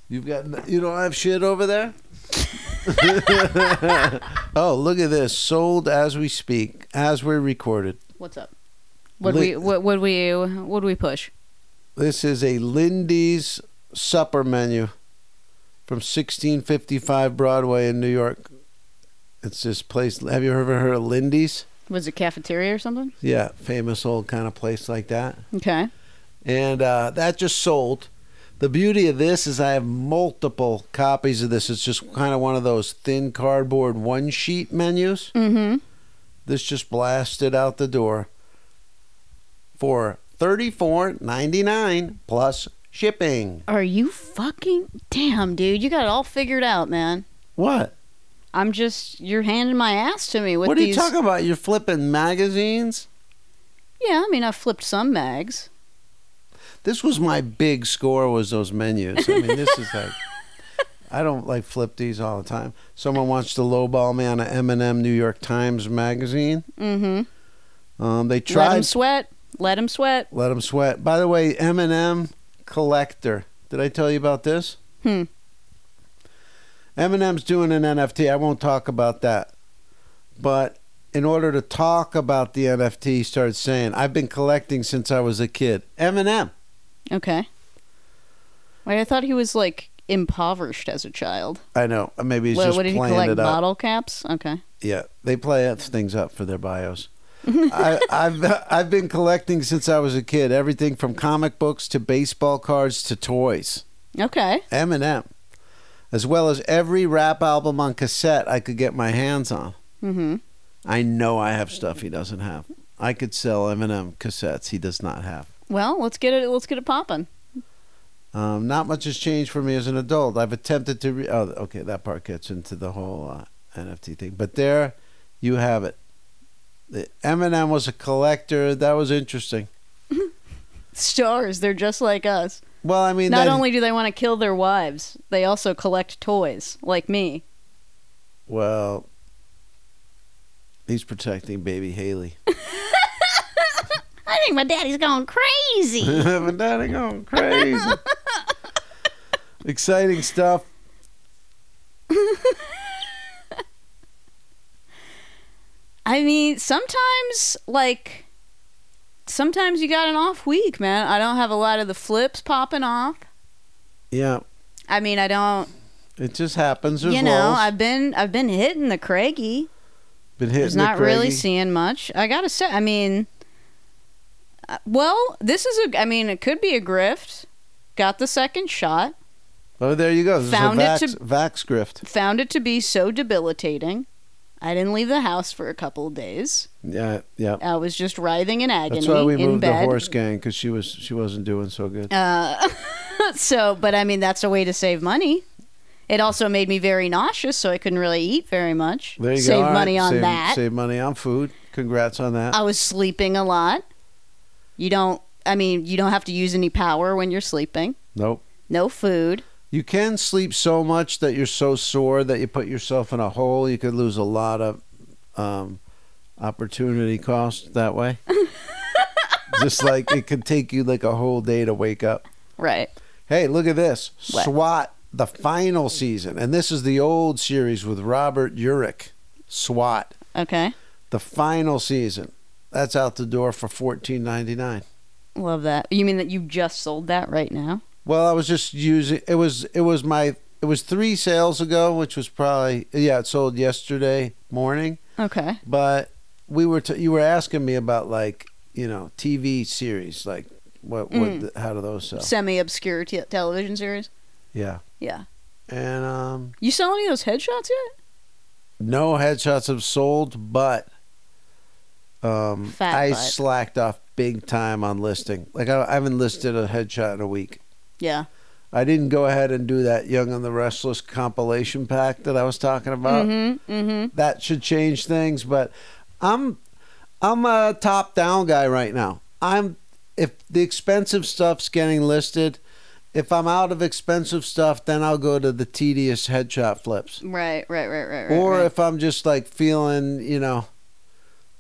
A: You've got n- you don't have shit over there. oh, look at this! Sold as we speak, as we're recorded.
B: What's up? Would
A: Lit-
B: we what would we would we push?
A: This is a Lindy's supper menu from 1655 Broadway in New York. It's this place. Have you ever heard of Lindy's?
B: Was it cafeteria or something?
A: Yeah, famous old kind of place like that.
B: Okay.
A: and uh, that just sold. The beauty of this is I have multiple copies of this. It's just kind of one of those thin cardboard one sheet menus.
B: Mm-hmm.
A: This just blasted out the door for thirty four ninety nine plus shipping.
B: Are you fucking damn dude? You got it all figured out, man.
A: What?
B: I'm just you're handing my ass to me with
A: what are
B: these.
A: you talking about? You're flipping magazines?
B: Yeah, I mean I flipped some mags.
A: This was my big score was those menus. I mean, this is like I don't like flip these all the time. Someone wants to lowball me on an M&M New York Times magazine.
B: Mm-hmm.
A: Um, they
B: Let them
A: tried
B: sweat. Let them sweat.
A: let them sweat. By the way, Eminem collector. Did I tell you about this?
B: Hmm.
A: Eminem's doing an NFT. I won't talk about that. But in order to talk about the NFT, he started saying, "I've been collecting since I was a kid." Eminem.
B: Okay. Wait, I thought he was like impoverished as a child.
A: I know. Maybe he's
B: What,
A: just
B: what did he
A: playing
B: collect?
A: it up.
B: Bottle caps? Okay.
A: Yeah, they play up- things up for their bios. I, I've I've been collecting since I was a kid. Everything from comic books to baseball cards to toys.
B: Okay.
A: Eminem, as well as every rap album on cassette I could get my hands on.
B: Mm-hmm.
A: I know I have stuff he doesn't have. I could sell Eminem cassettes he does not have.
B: Well, let's get it. Let's get it popping.
A: Um, not much has changed for me as an adult. I've attempted to. Re- oh, okay, that part gets into the whole uh, NFT thing. But there, you have it. The Eminem was a collector. That was interesting.
B: Stars, they're just like us.
A: Well, I mean,
B: Not
A: that-
B: only do they want to kill their wives, they also collect toys, like me.
A: Well, he's protecting baby Haley.
B: I think my daddy's going crazy.
A: But that ain't going crazy. Exciting stuff.
B: I mean, sometimes, like, sometimes you got an off week, man. I don't have a lot of the flips popping off.
A: Yeah,
B: I mean, I don't.
A: it just happens. There's
B: you know,
A: lulls.
B: I've been I've been hitting the Craigie.
A: been hitting
B: was
A: the
B: not really
A: Craigie.
B: seeing much. I gotta say, I mean, uh, well, this is a. I mean, it could be a grift. Got the second shot.
A: Oh, there you go. This
B: Found it
A: is a
B: to-
A: vax, vax grift.
B: Found it to be so debilitating. I didn't leave the house for a couple of days.
A: Yeah, yeah.
B: I was just writhing in agony
A: That's why we
B: in
A: moved
B: bed.
A: the horse gang because she was she wasn't doing so good.
B: Uh, so, but I mean, that's a way to save money. It also made me very nauseous, so I couldn't really eat very much.
A: There you
B: save
A: go. All
B: money
A: right,
B: on
A: save,
B: that. Uh,
A: Save money on food. Congrats on that.
B: I was sleeping a lot. You don't. I mean, you don't have to use any power when you're sleeping.
A: nope.
B: No food.
A: You can sleep so much that you're so sore that you put yourself in a hole. You could lose a lot of um, opportunity cost that way. Just like it could take you like a whole day to wake up.
B: Right.
A: Hey, look at this
B: What?
A: SWAT, the final season. And this is the old series with Robert Urich. SWAT,
B: Okay.
A: the final season. That's out the door for fourteen ninety nine.
B: Love that. You mean that you just sold that right now?
A: Well, I was just using it was it was my it was three sales ago, which was probably yeah, it sold yesterday morning.
B: Okay.
A: But we were t- you were asking me about like you know TV series like what what
B: Mm.
A: the, how do those sell?
B: Semi obscure t- television series.
A: Yeah,
B: Yeah.
A: and um,
B: You sell any of those
A: Uh,
B: headshots yet?
A: no headshots have sold, but um,
B: Fat
A: I
B: butt.
A: slacked off big time on listing. Like I, I haven't listed a headshot in a week.
B: Yeah.
A: I didn't go ahead and do that Young and the Restless compilation pack that I was talking about.
B: mm-hmm. Mm-hmm.
A: that should change things. But I'm I'm a top down guy right now. I'm if the expensive stuff's getting listed, if I'm out of expensive stuff, then I'll go to the tedious headshot flips.
B: Right. Right. Right. Right. Right.
A: or
B: right.
A: if I'm just like feeling, you know,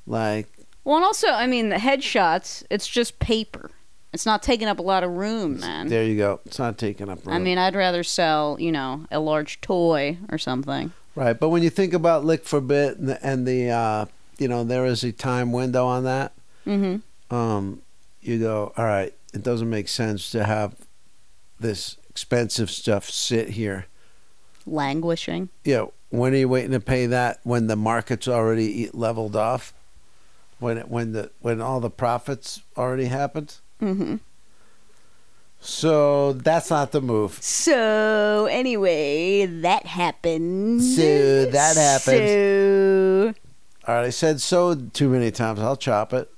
A: like
B: well, and also, I mean, the headshots. It's just paper. It's not taking up a lot of room, man.
A: There you go. It's not taking up room.
B: I mean, I'd rather sell, you know, a large toy or something.
A: right. But when you think about lick for bit and the, and the uh, you know, there is a time window on that.
B: Mm-hmm.
A: Um, you go, all right, it doesn't make sense to have this expensive stuff sit here.
B: Languishing.
A: Yeah. When are you waiting to pay that when the market's already e- leveled off? When it, when the when all the profits already happened?
B: Mm-hmm.
A: So that's not the move.
B: So anyway, that happened.
A: So that happened.
B: So
A: All right, I said so too many times. I'll chop it.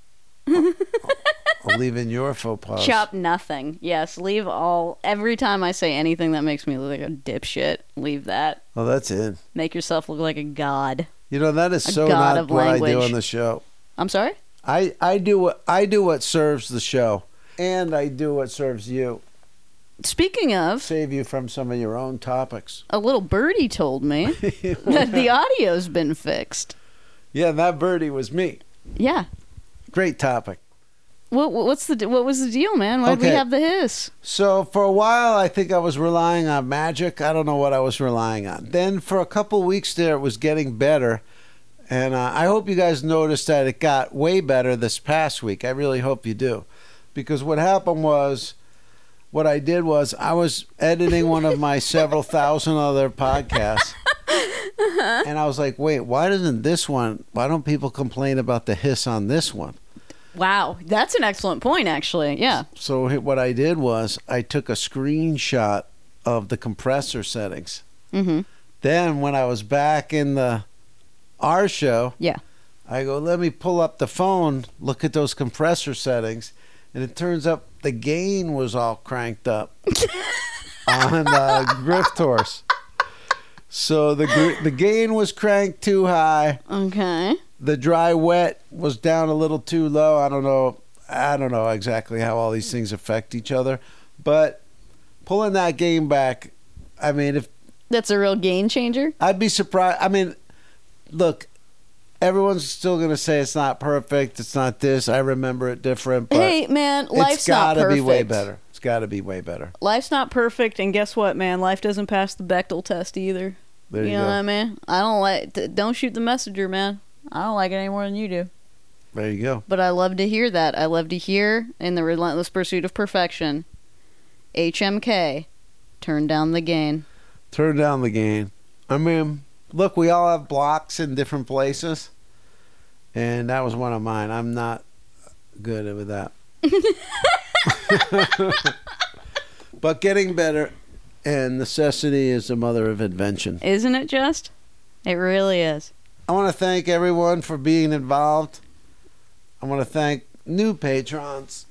A: I'll leave in your faux pas.
B: chop nothing. Yes, leave all. Every time I say anything that makes me look like a dipshit, leave that.
A: Well, that's it.
B: Make yourself look like a god.
A: You know that is
B: A
A: so
B: god
A: not
B: of
A: what I do
B: language.
A: on the show.
B: I'm sorry.
A: I I do what I do what serves the show, and I do what serves you.
B: Speaking of,
A: Save you from some of your own topics.
B: a little birdie told me that the audio's been fixed.
A: Yeah, that birdie was me.
B: Yeah.
A: Great topic.
B: What what- what's the what was the deal, man? Why'd we
A: Okay.
B: have the hiss?
A: So for a while, I think I was relying on magic. I don't know what I was relying on. Then for a couple weeks there, it was getting better, and uh, I hope you guys noticed that it got way better this past week. I really hope you do, because what happened was, what I did was I was editing one of my several thousand other podcasts. And I was like, wait, why doesn't this one, why don't people complain about the hiss on this one?
B: Wow, that's an excellent point, actually. Yeah.
A: So h- what I did was I took a screenshot of the compressor settings.
B: Mm-hmm.
A: Then when I was back in the our show,
B: Yeah.
A: I go, let me pull up the phone, look at those compressor settings, and it turns up the gain was all cranked up on uh, Grift Horse. So the gr- the gain was cranked too high.
B: Okay.
A: The dry wet was down a little too low. I don't know. I don't know exactly how all these things affect each other, but pulling that game back, I mean, if
B: That's a real game changer.
A: I'd be surprised. I mean, look, everyone's still going to say it's not perfect. It's not this. I remember it different. But
B: hey, man,
A: it's
B: life's
A: got
B: not
A: to
B: perfect.
A: be way better. It's got to be way better.
B: Life's not perfect, and guess what, man? Life doesn't pass the Bechtel test either.
A: There you,
B: know
A: go.
B: what I mean? I don't like. d don't shoot the messenger, man. I don't like it any more than you do.
A: There you go.
B: But I love to hear that. I love to hear in the relentless pursuit of perfection. HMK, turn down the gain.
A: Turn down the gain. I mean, look, we all have blocks in different places, and that was one of mine. I'm not good with that. but getting better, and necessity is the mother of invention.
B: Isn't it just? It really is.
A: I want to thank everyone for being involved. I want to thank new patrons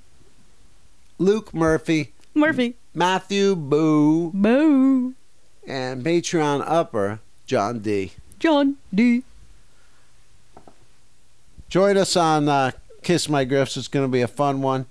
A: Luke Murphy,
B: Murphy.
A: Matthew Boo,
B: Boo.
A: and Patreon upper John D.
B: John D.
A: Join us on uh, Kiss My Griffs. It's going to be a fun one.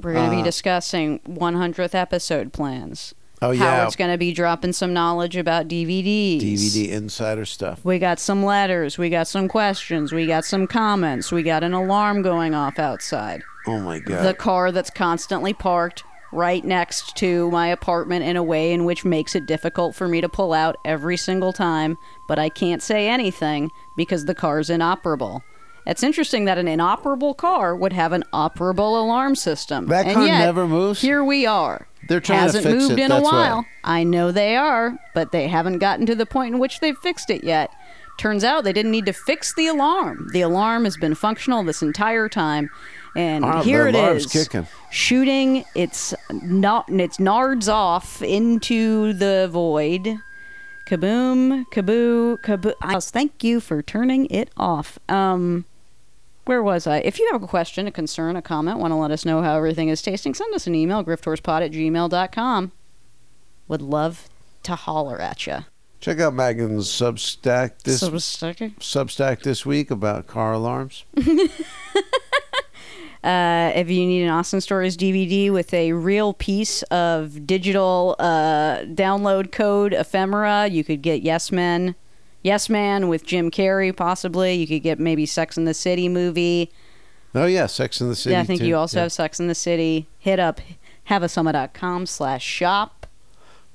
B: We're going to
A: Uh,
B: be discussing 100th episode plans.
A: Oh,
B: Howard's going to be dropping some knowledge about DVDs.
A: DVD insider stuff.
B: We got some letters. We got some questions. We got some comments. We got an alarm going off outside.
A: Oh, my God.
B: The car that's constantly parked right next to my apartment in a way in which makes it difficult for me to pull out every single time, but I can't say anything because the car's inoperable. It's interesting that an inoperable car would have an operable alarm system.
A: That
B: and
A: car
B: yet,
A: never moves?
B: Here we are.
A: They're trying to
B: hasn't
A: fix
B: moved
A: it,
B: in a
A: that's why.
B: while. I know they are, but they haven't gotten to the point in which they've fixed it yet. Turns out they didn't need to fix the alarm. The alarm has been functional this entire time, and
A: Ah, the
B: here it
A: alarm's
B: is,
A: kicking.
B: shooting its not its nards off into the void. Kaboom, kaboo, kaboo. I- Thank you for turning it off. Um, where was I? If you have a question, a concern, a comment, want to let us know how everything is tasting, send us an email, griftorspod at gmail.com. Would love to holler at you.
A: Check out Megan's Substack this, Substack this week about car alarms.
B: Uh, if you need an Austin Stories DVD with a real piece of digital uh, download code ephemera, you could get Yes Men, Yes Man with Jim Carrey, possibly. You could get maybe Sex in the City movie.
A: Oh yeah, Sex in the City.
B: yeah, I think
A: too.
B: you also
A: Yeah.
B: have Sex in the City. Hit up haveasummer.com slash shop.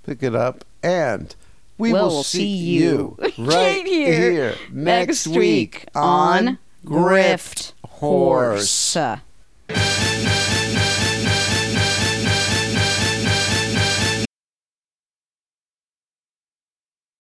A: pick it up and we
B: Well,
A: will
B: we'll
A: see,
B: see
A: you
B: you
A: right
B: right here
A: here next week on Grift Horse.
B: Horse.